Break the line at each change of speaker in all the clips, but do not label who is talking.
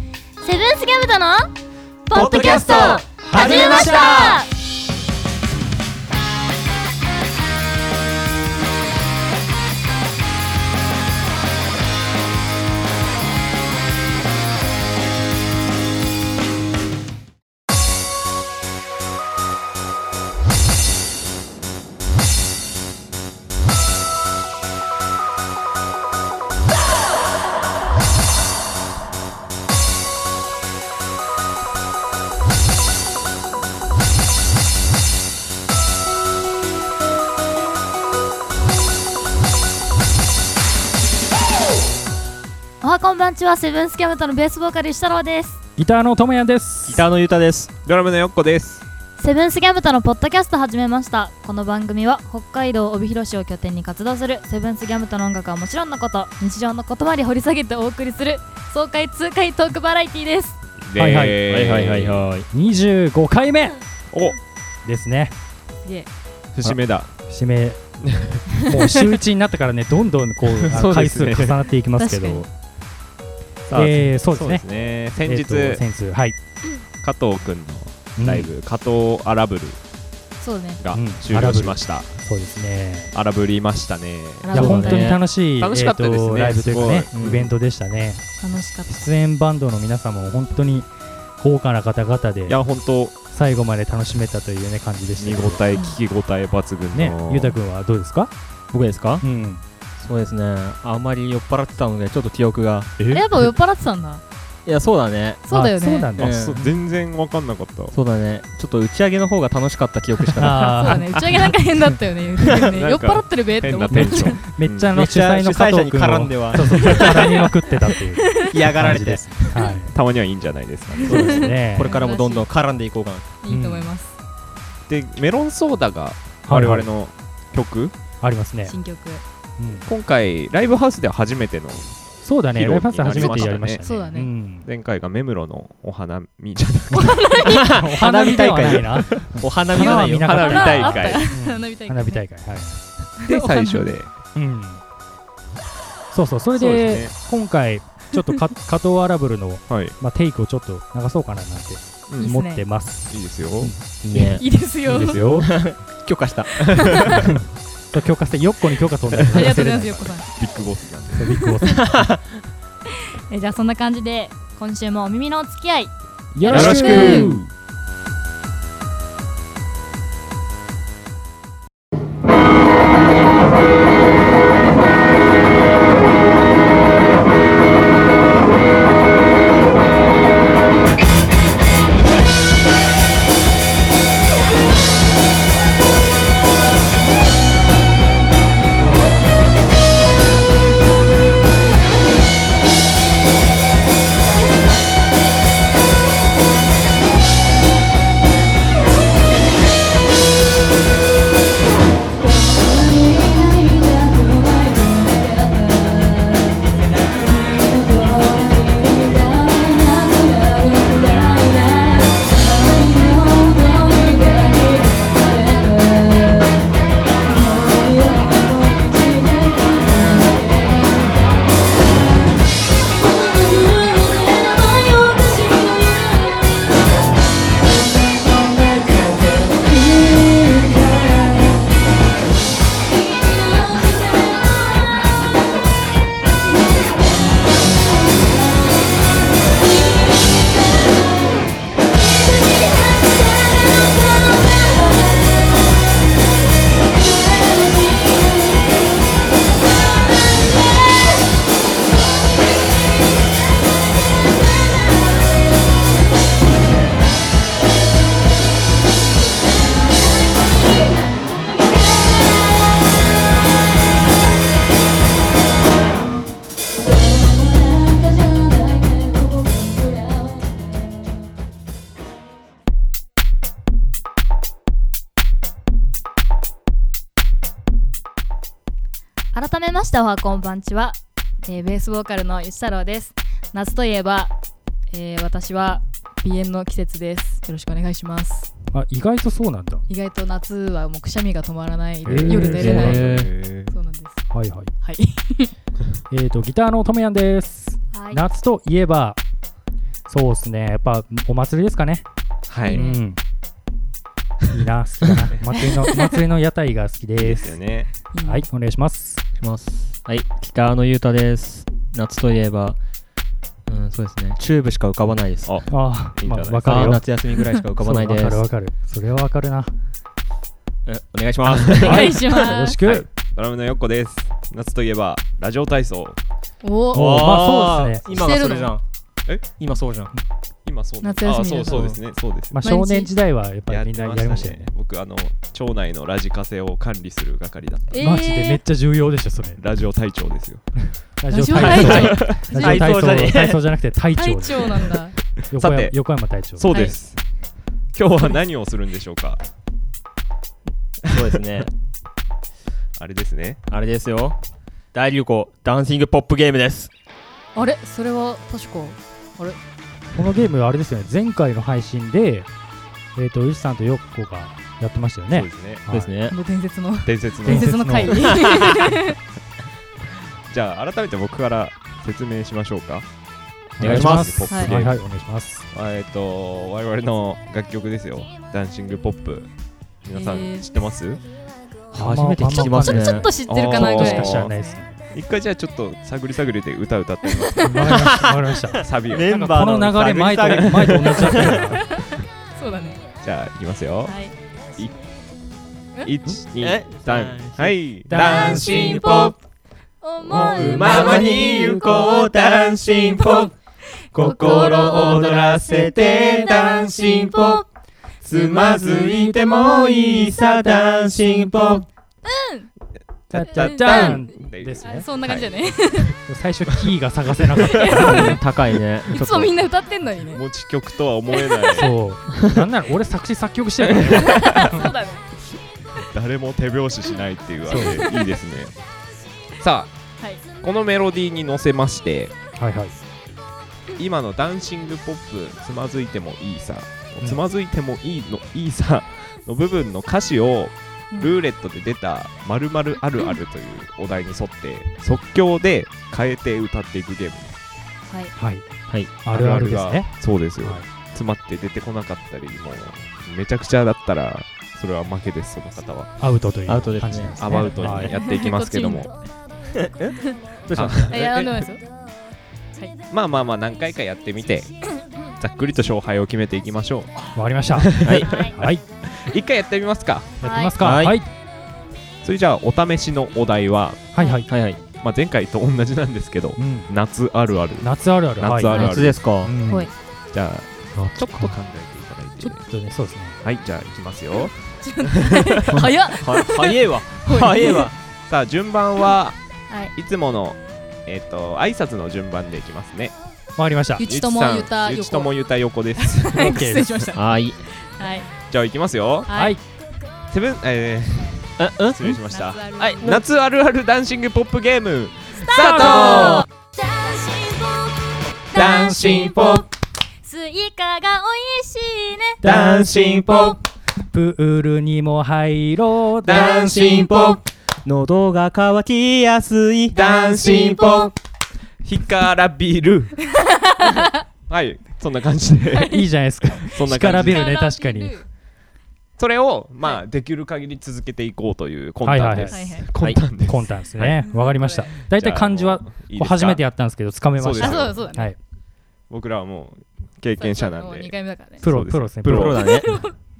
ルースギャムとの
ポッドキャスト始めました
おはこんばんちはセブンスギャムとのベースボーカル石太郎です
ギターのともやんです。
ギターのゆうたです
ドラムのよっこです。
セブンスギャムとのポッドキャスト始めましたこの番組は北海道帯広市を拠点に活動するセブンスギャムとの音楽はもちろんのこと日常のことまで掘り下げてお送りする爽快痛快トークバラエティーです
はいはいはいはいはいはい。二十五回目
お、
ですね。
すげえ
節目だ。
締めもう週一になったからね、どんどんこうあ
そ
の
うで
回
す
数
ね
重なっていきますけど。
さあ
えーそうで
そ
すね
うですね。先
えっ
日、
と先日はい。
加藤くんのライブ、加藤アラブル
そうね
が
うん
終了しました。
うんそうですね。
アラブりましたね。
アラ
いや
ブ
本
ル
当に楽しい
楽しかったですね
えーとライブというかね
すごいうん
イベントでしたね。
楽しかった
出演バンドの皆様も本当に豪華な方々で
いや本当
最後まで楽しめたというね感じでし
見
た
応
けど
え聞き応え抜群
ね
の。。
ゆうたくんはどうですか？
僕ですか
うん。
そうですねあんまり酔っ払ってたのでちょっと記憶が
えやっぱ酔っ払ってたんだ
いやそうだね
そうだよ
あそう
ね
なん
う
だ
ん。
あそう全然わかんなかった。
そうだねちょっと打ち上げの方が楽しかった記憶しかない
そうだね打ち上げなんか変だったよね酔っ
なんか
払ってるべって
変
思っ
なテ
て
ンション。
めっちゃあの
めっ
主
ちゃ
催の加藤君
主催者に絡んで
を
は
そうそう絡みまくってたっていう。
嫌がられ
感じで
て
すはい。
たまにはいいんじゃないですかね。
そうですね。
これからもどんどん絡んでいこうかない
いと思います
でメロンソーダが
は
我
い
々の曲、
ありますね。
新 曲
うん
今回ライブハウスでは初めての
そうだね。
披露
ライブハウス初めてやりましたね。
そうだね
ん
前回が目黒のお花見じゃ
お花見大会な。
お花見じゃないよ
花
花
見
見なか
大
あった
会
よ
った
花火大会
花火大会はい。
で最初で
うん。そうそう。それ
そう
で
で
今回ちょっとか 加藤アラブルの
はい
まあテイクをちょっと流そうかななんて
うん
思ってます。
いいですよ
ね
いいですよ
いいですよ。
許可した
と許可してヨッコに許可取んだ
ありがとうございますよっこさん
ビッグボスなんで
ビッグボス
えじゃあそんな感じで今週もお耳のお付き合い
よ
ろしく改めましておはこんばんちは、えーベースボーカルの吉太郎です夏といえば、えー私は鼻炎の季節ですよろしくお願いします
あ意外とそうなんだ。
意外と夏はもうくしゃみが止まらないで、
へー
夜寝れない、
へ
そうなんです
はいはい。
はい、
えっ、とギターのともやんです。
はい、
夏といえばそうですね。やっぱお祭りですかね。
は
う
い。
ん。いい な、好きだな。お祭りの、お祭りの屋台が好きで
です
す。
よね。
はい、お願いします。
します。はい、北野裕太です。夏といえば、うん、そうですね、チューブしか浮かばないです。
あ、
あ
い
あ、
いんじ
ま
ゃ
あ
ないですか
わ
あ
か
ー
るよ。
夏休みぐらいしか浮かばないで
そうわかるわ
す。
かる。それはわかるな。
えお願いします。
お願いし
よろ
ま
し
す。
く。
はいドラムのよっこです。夏といえば、ラジオ体操。
お
おまあそうです
ね。今がそれじゃん。
え
今そうじゃん。
今そうなん
夏休み
あ、
だ
そうそうですね。そうですね
まあ少年時代はやっぱりみんなやりましたよね。
僕、あの、町内のラジカセを管理する係だった。
えー
マジでめっちゃ重要でしょ、それ。
ラジオ隊長ですよ。
ラ
ジオ体操
ラジオ体操
体操じゃねえ
体操じゃなくて隊
隊
長です
長なんだ。
横
さ
山
て
横山隊長。
そうです。今日は何をするんでしょうか
そうですね。
あれですね。
あれですよ。大流行、ダンシングポップゲームです。
あれそれは確か。
このゲームはあれですよね、前回の配信で、えっと、ウシさんとヨッコがやってましたよ
そう
ね
で。すね。
そうですね。
もう伝説の
伝説の
伝説の回。
じゃあ改めて僕から説明しましょうか。
はい。
お願いします
ポップゲー
はい
ム。
はい、お願いします。
あえっ、と我々の楽曲ですよ。ダンシングポップ。皆さ
えー
ん知ってます？
初めて聞きますね。
ちょっと知ってるかなぐ
し
ら
か
い
知。らないです。
一回じゃあちょっと探り探りで歌歌ってみ ます。
わかりました。わかりました。
サビを。
メ
じ
ンバー
この流れ、前と前と同じだったよ。
そうだね。
ゃあいきますよ。
はい。
一二
え
三はい。
ダ
ンシンポ
ッ
ッ
プ
思
う
う
ま
ま
ま
ま
に
に。
行
こうダンシンポップ
心躍
ら
せてダンシンポップ。
つまずいてもいいさダンシンポップ
チャッチャッチャン
で
です
あ
ね。
そんな感じだね。
最初、キーが探せなかった。
高いね。
いつもみんな歌ってんのにね。
持ち曲とは思えない。
そう。なんなら俺作詞作曲してるからね。
そうだね。
誰も手拍子しないっていうあれいいですね。さ
はい。
あこのメロディーに乗せまして。
はいはい。
今のダンシングポップつまずいてもいいさ、
うん
つまずいてもいいのいいさの部分の歌詞を
うん
ルーレットで出た「まるあるある」というお題に沿って即興で変えて歌っていくゲーム
はい。
はい。
はい。
あるあるですね。
がそうですよ、
はい
詰まって出てこなかったりもうめちゃくちゃだったらそれは負けですその方は
アウトという
ア
感
ウ
じ
ト
で
ですね
すね。
アバウト
は
に
い
やっていきますけども、
どうしまし
え、やらないですよ。
まあまあまあ何回かやってみてざっくりと勝敗を決めていきましょう
わかりました。
はい。
はい。
一回やってみますか
やってみますか。は。
はいい
はい
それじゃあお試しのお題は
はいはい。
はいはい。
まあ、前回と同じなんですけど
うん。
夏あるある
夏あるある。はい
夏あるある
夏ですか
う。ん
はい
じゃあ
ちょっ
考えて
と
いただいて
ちょっとね、そうですね。
はいじゃあいきますよ
早っ。
は早えわ。早えわ。
さあ順番は
はい。
いつものえっ、と挨拶の順番でいきますね
わかりました。
ゆちとも
さん
ゆた
ゆ
よ
ちとも
こ。
ゆた横です
はい
OK
失礼しました。
はい。
はい。
じゃあいきますよ
は
はいい。
セブンえ
うん
ー、失礼しまし
夏
た
あるある
はい夏あるあるダンシングポップゲームス
タート
ダンシンポップ
スイカが美味しいね。
ダンシンポップ
プールにも入ろう。
ダンシンポップ
喉が渇きやすい。
ダンシンポップ干からび るはいそんな感じで
いいじゃないですか。
そんな感じ
干からび
で
るね確かに
それを、まあ、できる限り続けていこうという魂胆です。
はいはい
魂胆 です。
魂胆ですね。わかりました。大体漢字は、こ
いいうですか
初めてやったんですけど、つかめまし
あ、そう
た。
そう
だそうだね。
はい。
僕らはもう経験者なん
もう二
で、
回目だからね。
プ
そう
ロ、
です
プロですね。
プ
プ
ロ
ロだね。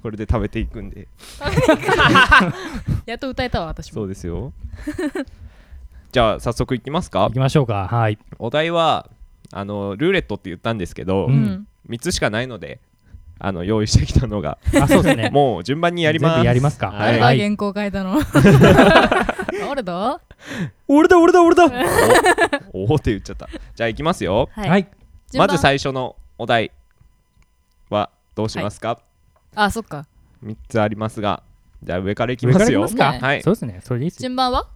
これで食べていくんで。
やっと歌えたわ私
そ
も。
うですよ。 じゃあ、早速いきますか
行。きましょうか。はい。
お題は、あの、ルーレットって言ったんですけど、
う
うんん。
3つしかないので、あの、用意してきたの が、
あ、そうですね。
もう順番にやりま
全
す。
部やりますか。
は
誰
い
が
はい。
原稿書いた の？誰だ？
俺だ俺だ俺だ。
おおって言っちゃった。じゃあ、いきますよ。
は。い。
まず最初のお題は、どうしますか、
あ、そっか。
三 ?3 つありますが、じゃあ、上からいきま
上から
す
いき
よ
ま。すか。
ね
はい
そうですね。それでいいですよ。
順番は？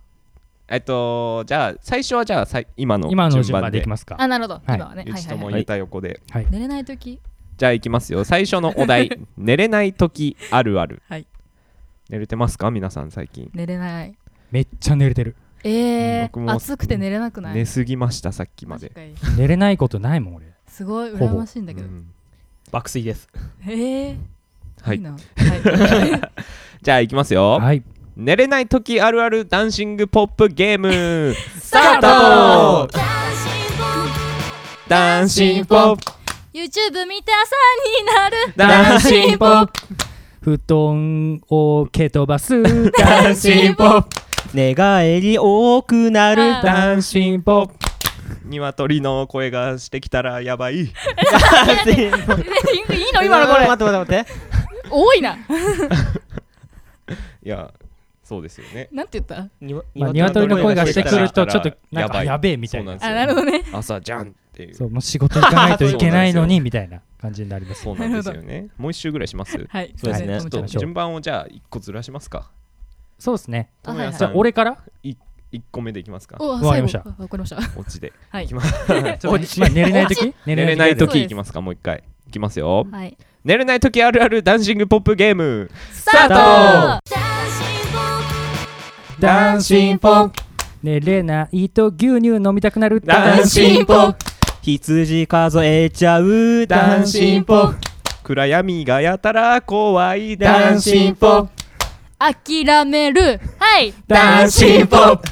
えっと、じゃあ、最初はじゃあ、さい今の
今の
順
順
番
番でい
で
き。ますか。
あ、なるほど。
い
今はね。
ゆ
はい
ち
は
と
い
も
はい。
ゆた横で。
寝れない時。
じゃあ、いきますよ。最初のお 題、寝れないときあるある。
はい
寝れてますか皆さん、最近。
寝れない。
めっちゃ寝れてる。
ええ
僕。も
暑くて寝れなくない
寝。すぎました、さっきまで。
確かに
寝れないことないもん、俺。
すごい
ほぼ
羨ましいんだけど、
うん
爆睡です。
へえ
はい
いな、はい、
じゃあいきますよ、
はい。
寝れない時あるあるダンシングポップゲ ーム
ス
スタートダンシンポップ
YouTube 見て朝になる
ダンシンポップ
布団を蹴飛ばす。
ダンシンポップ
寝返り多くなる。
あー
ダンシンポップ鶏の声がしてきたらやばい
いいの今のこれ
待って待って待って。
多いない
やそうですよね
なんて言った
にわ
まあ、鶏の声がしてくると、ちょっと、なんか、あ
や
やべえみたい
そう
な。
んです
あ
よ
なるほどね
朝じゃんっていう
そう、もう仕事行かないといけ ないのに、みたいな感じになります。
そうなんですよねもう一周ぐらいしますち
はい
そうで
す
すね
いませんと
ょ
も
っと
ちゃん
順番をじゃあ一個ずらしますか
そうですね。
あはいはい
じゃあ、俺から
一個目でいきますか
お
わかりました
最後わかりました
オチで
はいい
きま
まあ寝れないとき 寝
寝れない
と
そうで
時
す
いきますかもう一回いきますよ
はい
寝れない時あるあるダンシングポップゲーム
ス
タート
ダンシンポン寝れないと牛乳飲みたくなる。
ダンシンポップ
羊数えちゃう。
ダンシンポップ暗闇がやたら怖いダンシンポップ
諦めるはい
ダンシンポップ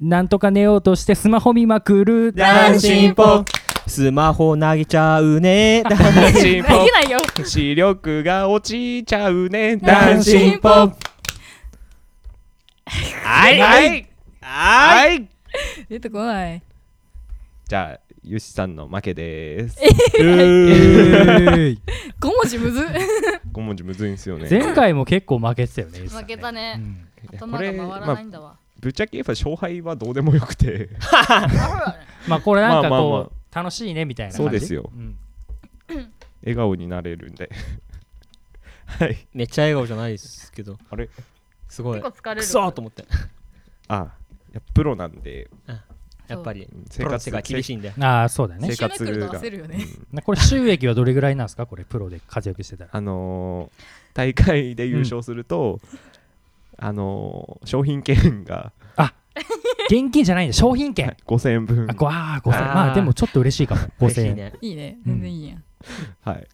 なんとか寝ようとしてスマホ見まくる。
ダンシンポップ
スマホ投げちゃうね。
ダンシ
で
ン
き
ポップ
ないよ
視力が落ちちゃうね
ダ
ダ
ン
ン
シ
シ
ン
ン
ポ
ポ
ッ
ップはいはいはい
出てこない
じゃあユシさんの負けです
5 文字むず
5文字むずいんですよね
前回も結構負けてた よね。
負けた
う
ね
ん
頭が回らないんだわ
ぶっちゃけ言えば勝敗はどうでもよくて
まあ、これなんか
まあまあま
こう、楽しいねみたいな感じ。
そうですよ
ん。
笑顔になれるんではい
めっちゃ笑顔じゃないですけど。
あれ
すごい。
結構疲れる
くそーと思って。
あいやプロなんで
やっぱり。プ
生
ロの
活
世界厳し
い
いんで。
ああ、そうだよね
生。活
一周めくると
が、
焦るよ
う
ね
ん
なこれ収益はどれぐらいなんですかこれプロで活躍して たら。
あのー大会で優勝すると、あのー商品券が
現金じゃないんで商品券。
5000円分
あ、ごあー、5000
あー
まあでもちょっと嬉しいかも。5000
嬉しい
円。
ね。
いいね
うん
全然いいやん
はい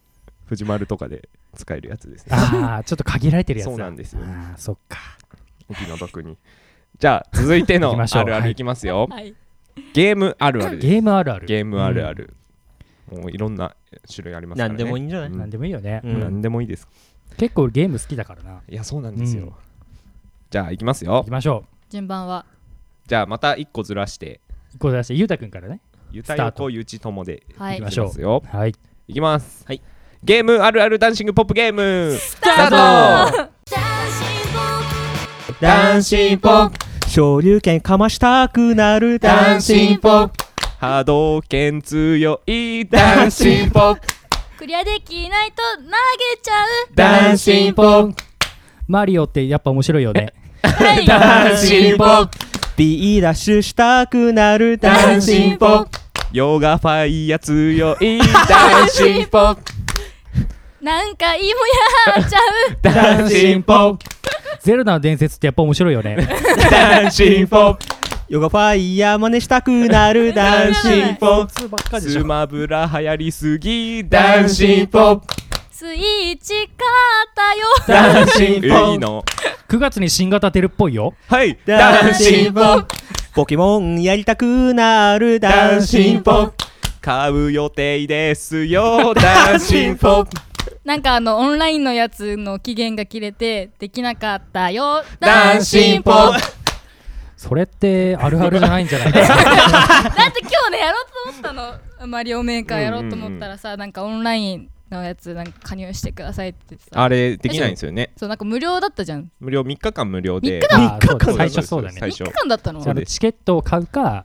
藤丸とかで使えるやつですね
ああ、ちょっと限られてるやつだ。
そうなんですよ
ああ、そっか。
お気の毒にじゃあ続いて
行き
の
ましょう
あるあ
は
る
い
いきますよ、
はい
ゲームあるあるです
ゲームあるある。
ゲームあるある、もういろんな種類ありますからね
何でもいいんじゃない
うん。なんでもいいよね
う。
うん
ん
何でもいいです
結構ゲーム好きだからな。
いやそうなんですよ、
うん
じゃあいきます
行
よ
きましょ
順番は
じゃあまた1個ずらして
う。こう出して、ゆうたくんからね。
ゆたよこゆちともで
はいい
き
行き
ま
ま
し
し
ょ
ょ
ういきま
う
すよ
はい。
いきます、
はい
ゲームあるあるダンシングポップゲームスタート
男子ポップ昇竜拳かましたくなる
ダン
男
シ
子
ンポップ波動拳強いダンシンポップ
クリアできないと投げちゃう
ダンシンポップ
マリオってやっぱ面白いよね。
はい
ダンシンポップ
B ダッシュしたくなる
ダ
男
ンシン
子
ポ
ポ
ッ
ッ
プヨガファイヤ強い ダンシンポップ
何回もやっちゃう
ダンシンポップ
ゼルダの伝説ってやっぱ面白いよね。
ダンシンポップ
プヨガファイヤー真似したくなる
ダ
男
ン
子
シンポップ
ばっか
スマブラ流行りすぎダンシンポップ
スイッチ買ったよ
ダンシンポップいいの
9月に新型出るっぽいよ。
はいダ
ダ
ン
ン
シ
シ
ン
ン
ポ
ポ
ッ
ッ
プ
ポケモンやりたくなる
ダン
男
シ
子
ン
ポ
ポ
ッ
ップ買う予定ですよダンシンポップ
なんかあのオンラインのやつの期限が切れてできなかったよ
ダンシンポップ
それってあるあるじゃないんじ ゃないですか。
だって今日ねやろうと思ったのマリオメーカーやろうと思ったらさ、なんかオンラインのやつなんか加入してくださいって言ってさ
あれできないんですよね
そうなんか無料だったじゃん
無料3日間無料で
あーそ
そう
うだ最
です
初そうだ
最
ね。
3
初
日間だったの
そう
あのチケットを買うか、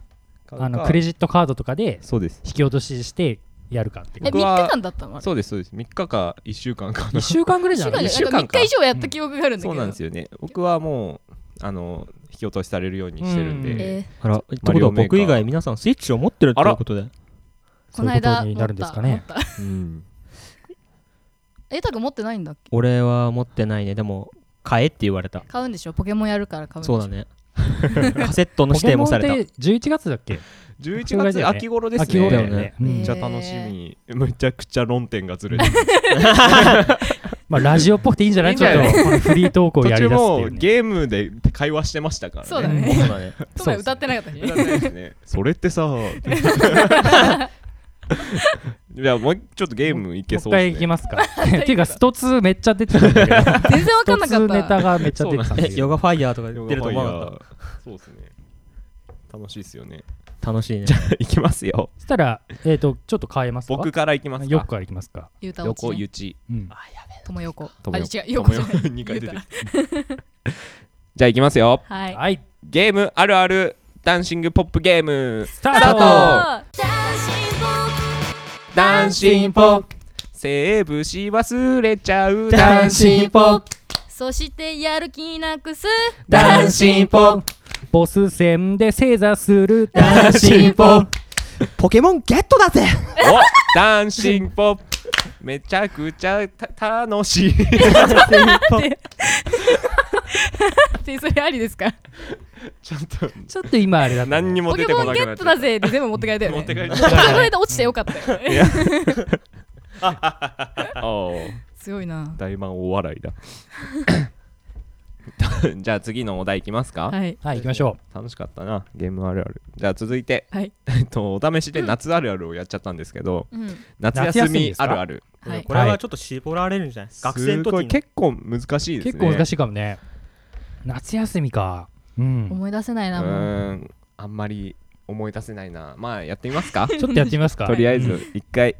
あのクレ
ジッ
ジットカードとかで
トそうです
引き落とししてやるかって
え3
僕
日
は
間だったのあれ
そうですそうです3日か1週間か
1週間ぐらいじゃ
違う
ない
ね
一週間か
なんか3日以上やった記憶があるんだけ
そ
ど、
うなんですよね僕はもうあの引き落としされるようにしてるん
うん
で
え
あらって
マリオメーカー
皆さんスイッチを持ってる
あら
とで
ー、こ
そう
の
いうこ
間
とになるんですか
持っ
ね。
た持った
うん
えタく持ってないんだっけ
俺は持ってないねでも買えって言われた
買うんでしょポケモンやるから買うんでしょ
そうだね カセットの指定もされた
ポケモンって11月だっけ
11月秋頃ですね
秋頃だよね。う
うんん
めっちゃ楽しみめちゃくちゃ論点がずれてる
まあラジオっぽくていいんじゃない
いいん
ち
じ
ょっ
ゃない
とこのフリートークを
途
や
中
りだすっ
も
ていうう、ね。
ゲームで会話してましたからね
そうだね ト
そうだね
ライ歌ってなかったし
歌ってないですねそれってさじゃあもうちょっとゲームいけ
もう
そ
一
うです
回い
ね
きま すか。っていうか、ストツーめっちゃ出てたんだけど、ス
全然わか
ト
んな
ツーネ
か
タ
っ
がめっちゃ出てたんだ
え
け
ヨ
ど。
ガファイヤーとか
ヨ
出
ガファ
ると
イ
思
ヤ
わなかっ
ーそうですね楽しいですよ ね
た楽しいね
いきますよ
そしたら、えっと、ちょっと変えますか。
僕からいきます
よ
か
くからいきますか。
た歌落ち
横
ね
ゆち
うん。
ともよこ
と
あ違
もよ
うよこじゃない
2回出てるじゃあいきますよ
はい
はい、
ゲームあるあるダンシングポップゲーム
スタ
スタ
ート
ートダンシンポップセーブし忘れちゃう ダンシンポップ
そしてやる気なくす
ダンシンポップ
ボス戦で正座する。
ダンシンポップ
ポケモンゲットだぜ
おダンシンポップめちゃくちゃた楽しい
でそれありですか
ちょっと
ちょっと今あれだったね
何にも
ポ
出
ケ
て
モ
こ
ン
な
ゲ
くな
ッ
っ
ト
ちゃ
だ
っ
ぜで全部持って帰った
た
よ
持って
ね
帰っ
そ
ちゃっ
れで落ちてよかったよね
た おー
すごいな
大満大笑いだじゃあ次のお題いきますか、
はい
はい、行きましょ
楽しかったなゲームあるあるじゃあ続いて、
はい
えっと、お試しで夏あるあるをやっちゃったんですけど、
うん
夏
夏
休
休み
み
ですか。
あるある
はい
これはちょっと絞られるんじゃない学生
す
の
ご
時
い
に
結構難しいうですね
結構難
しい
しいかもね。夏休みか。うん。
思い出せないうなもう
ーんあんまり思い出せないなまあやってみますか
ちょっとやってみますか。
とりあえず一回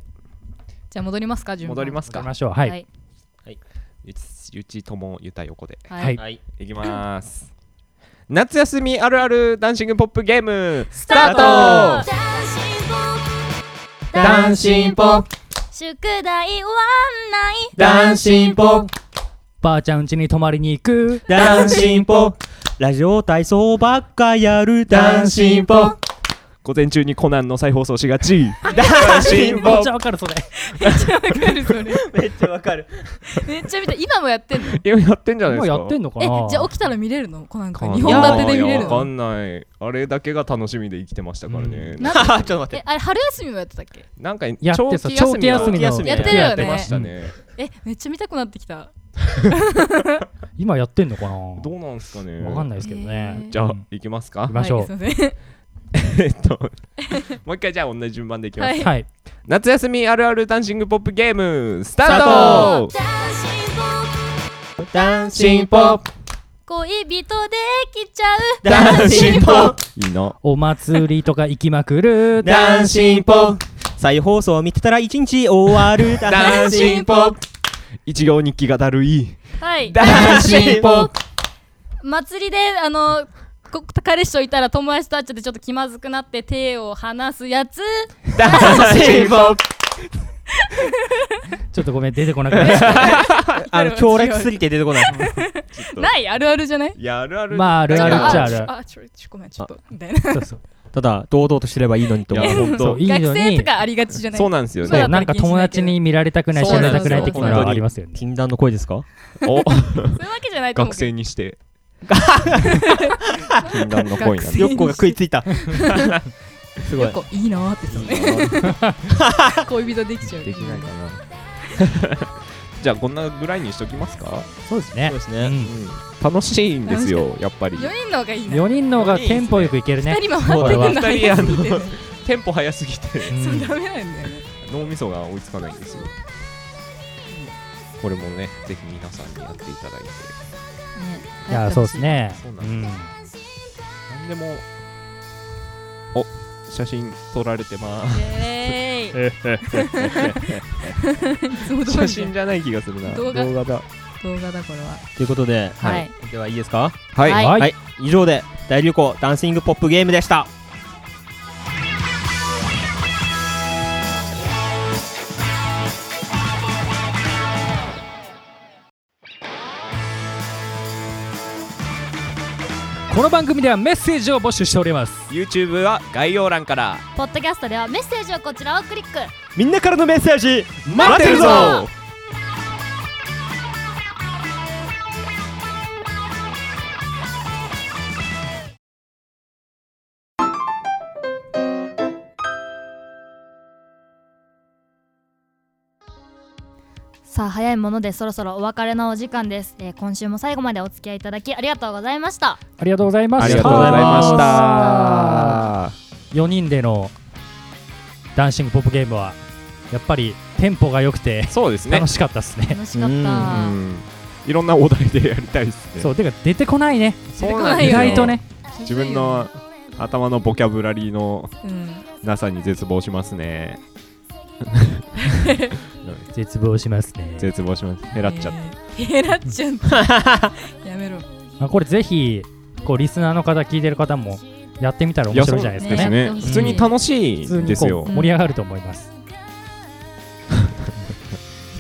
じゃあ戻りますか順番
戻ります
行き
か
ましょう。はい。
はい
ゆちゆちともゆた横で
は
はい
い
はい
いきまーす夏休みあるあるダンシングポップゲームス
タート
ダンシンポップ
宿題はない
ダンシンポップ
ばあちゃん家に泊まりに行く。
ダンシンポラジオ体操ばっかやるダンシンポ
ポ午前中にコナンの再放送しがちダンシンポ
め っちゃ
ッ
わかるそれ。
わかるそれ
め っちゃわかる
めっちゃ見たい今もやってんの
プいややってんじゃないで
今
すか
やってんのか
え
な。
じゃあ起きたら見れるのこうなん
か
か
な
日本立てで見れ
い
る
やわか
の
んないあれだけが楽しみで生きてましたからね、
うん
な
ちょっと待っ
え
て
あれ春休みもやってたっけ
なんか
やって
長
さ
期休みの
長期休みの
長期休み
やってるよね
やってましたね、
えめっちゃ見たくなってきた
今やってんのかな。
どうなんすかね
わかんないですけど
えー
ね。
じゃあ
うん
行きます
行
か
きましょ
は
う。
いすいません
えっともう一回じゃあ同じ順番でいきま
は
す、
い
はい。
夏休みあるあるダンシングポップゲームスタート
ダン
シンポップ
恋人できちゃう
ダンシンポ
いいな
お祭りとか行きまくる。
ダンシンポ再放送見てたら一日終わる
ダンシンポップ一行日記がだるい
はい
ダンシンポップ
祭りであのこ彼氏といたら友達と会っちゃってちょっと気まずくなって手を離すやつ
ダンシンポップ
ちょっとごめん出てこなかった。
あの強烈すぎて出てこない
ないあるあるじゃない
いやあるある
まああるあるっちゃあ
ちょ
る。
あちょちょごめんちょっとみたいな
そうそう。
ただ堂々としてればいいのにと
い
思
や
う
本
そう
当
いい
学
の
生
に
と。かありがちじゃない
そうなんですよ
そ
ね
うなんか友達に見られたくない知
そう
ら
なんです
れたくない的なのはありますよね。
禁断の声ですか
お
そういうわけじゃないと思う
学
けど
生にして 禁断の恋な
学
んで
生
よっこが食いついたすごい
こういいなーって言ってたね恋人できちゃう
できないか なじゃあこんなぐらいにしときますか、
そうですね
そう。です
う
ね
ん。
楽しいんですよやっぱり
4人の方がいいな
4人の方がテンポよくいけるね
2。人回ってくんの
そうだね
早すぎてね
二人あのテンポ早すぎて
うん
そうダメなんだよね
脳みそが追いつかないんですよこれもねぜひ皆さんにやっていただいて
いやそうですね
そう。な
うんん。
何でもお写真撮られてま ーす
イエーイ いつも通りだ
写真じゃない気がするな
動画
だ
動画だこれは
ということで、
はい
ではいいですか
はい、
はい
はい、以上で大流行ダンシングポップゲームでした
この番組ではメッセージを募集しております。
YouTube は概要欄から
ポッドキャストではメッセージをこちらをクリック
みんなからのメッセージ
待ってるぞ
さあ早いものでそろそろお別れのお時間です、えー今週も最後までお付き合いいただきありがとうございました
ありがとうございました
ありがとうございまし
あ
た。
4人でのダンシングポップゲームはやっぱりテンポが良くて
そうですね
楽。しかったですね
楽しかった
うんいろんなお題でやりたいですね。
そうてか出てこないね
そうなん
は
で
い
す
意
よ
外とね
自分の頭のボキャブラリーの
うん
なさに絶望しますね。
絶望しますね
絶望します。減らっちゃって。
えーへ らっちゃった やめろ
まあ、これぜひこうリスナーの方聞いてる方もやってみたら面白いじゃないですか
です
ね
ね。
うん
普通に楽し
普
い
通
ん
に
です
こ
よ
う。盛り上がると思います、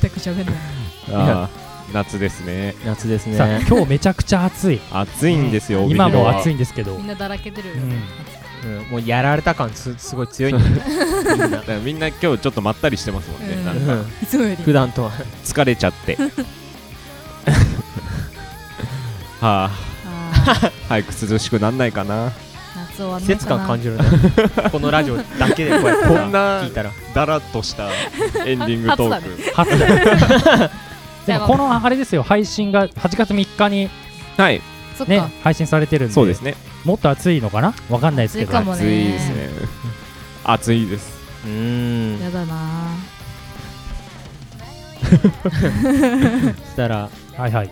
全く喋んない
あー夏ですね。
夏です
さあ
ね。
今日めちゃくちゃ暑い
暑いんですよ。
今も暑
い。
いんですけど、
みんなだらけてる、
うん
うんもうやられた感すすごい強いんだよ
だからみんな今日ちょっとまったりしてますもん
う
ね。
ん
なん
う
か
ん
いつもより
普段とは。
疲れちゃって。はあ、
あー
早く涼しくなんないかな。
夏終わん
季
な い
節
か
感
な
感じるね。このラジオだけでこうやって
こんな
聞いたら。
だらっとしたエンディングトー
初だ
ク。
初だ でもこのあれですよ配信が8月3日に
はい、
そっ
ね
か
配信されてるんで
そうですね。
もっと暑いのかなわかんないですけ
暑いか
ど
もね
暑いですね。暑いです。
うーん。
やだな
そしたら、
はいはい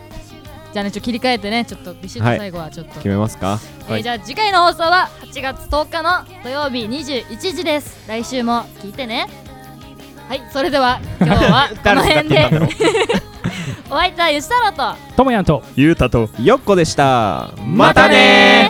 じゃあねちょっと切り替えてねちょっとビシッと
はい
最後はちょっと、
決めますか。
は
えー
い
じゃあ次回の放送は8月10日の土曜日21時です来週も聞いてねはいそれでは今日はこの辺で お相手は吉太郎と
ともやんと
ゆうたとよっこでした。ま
たねー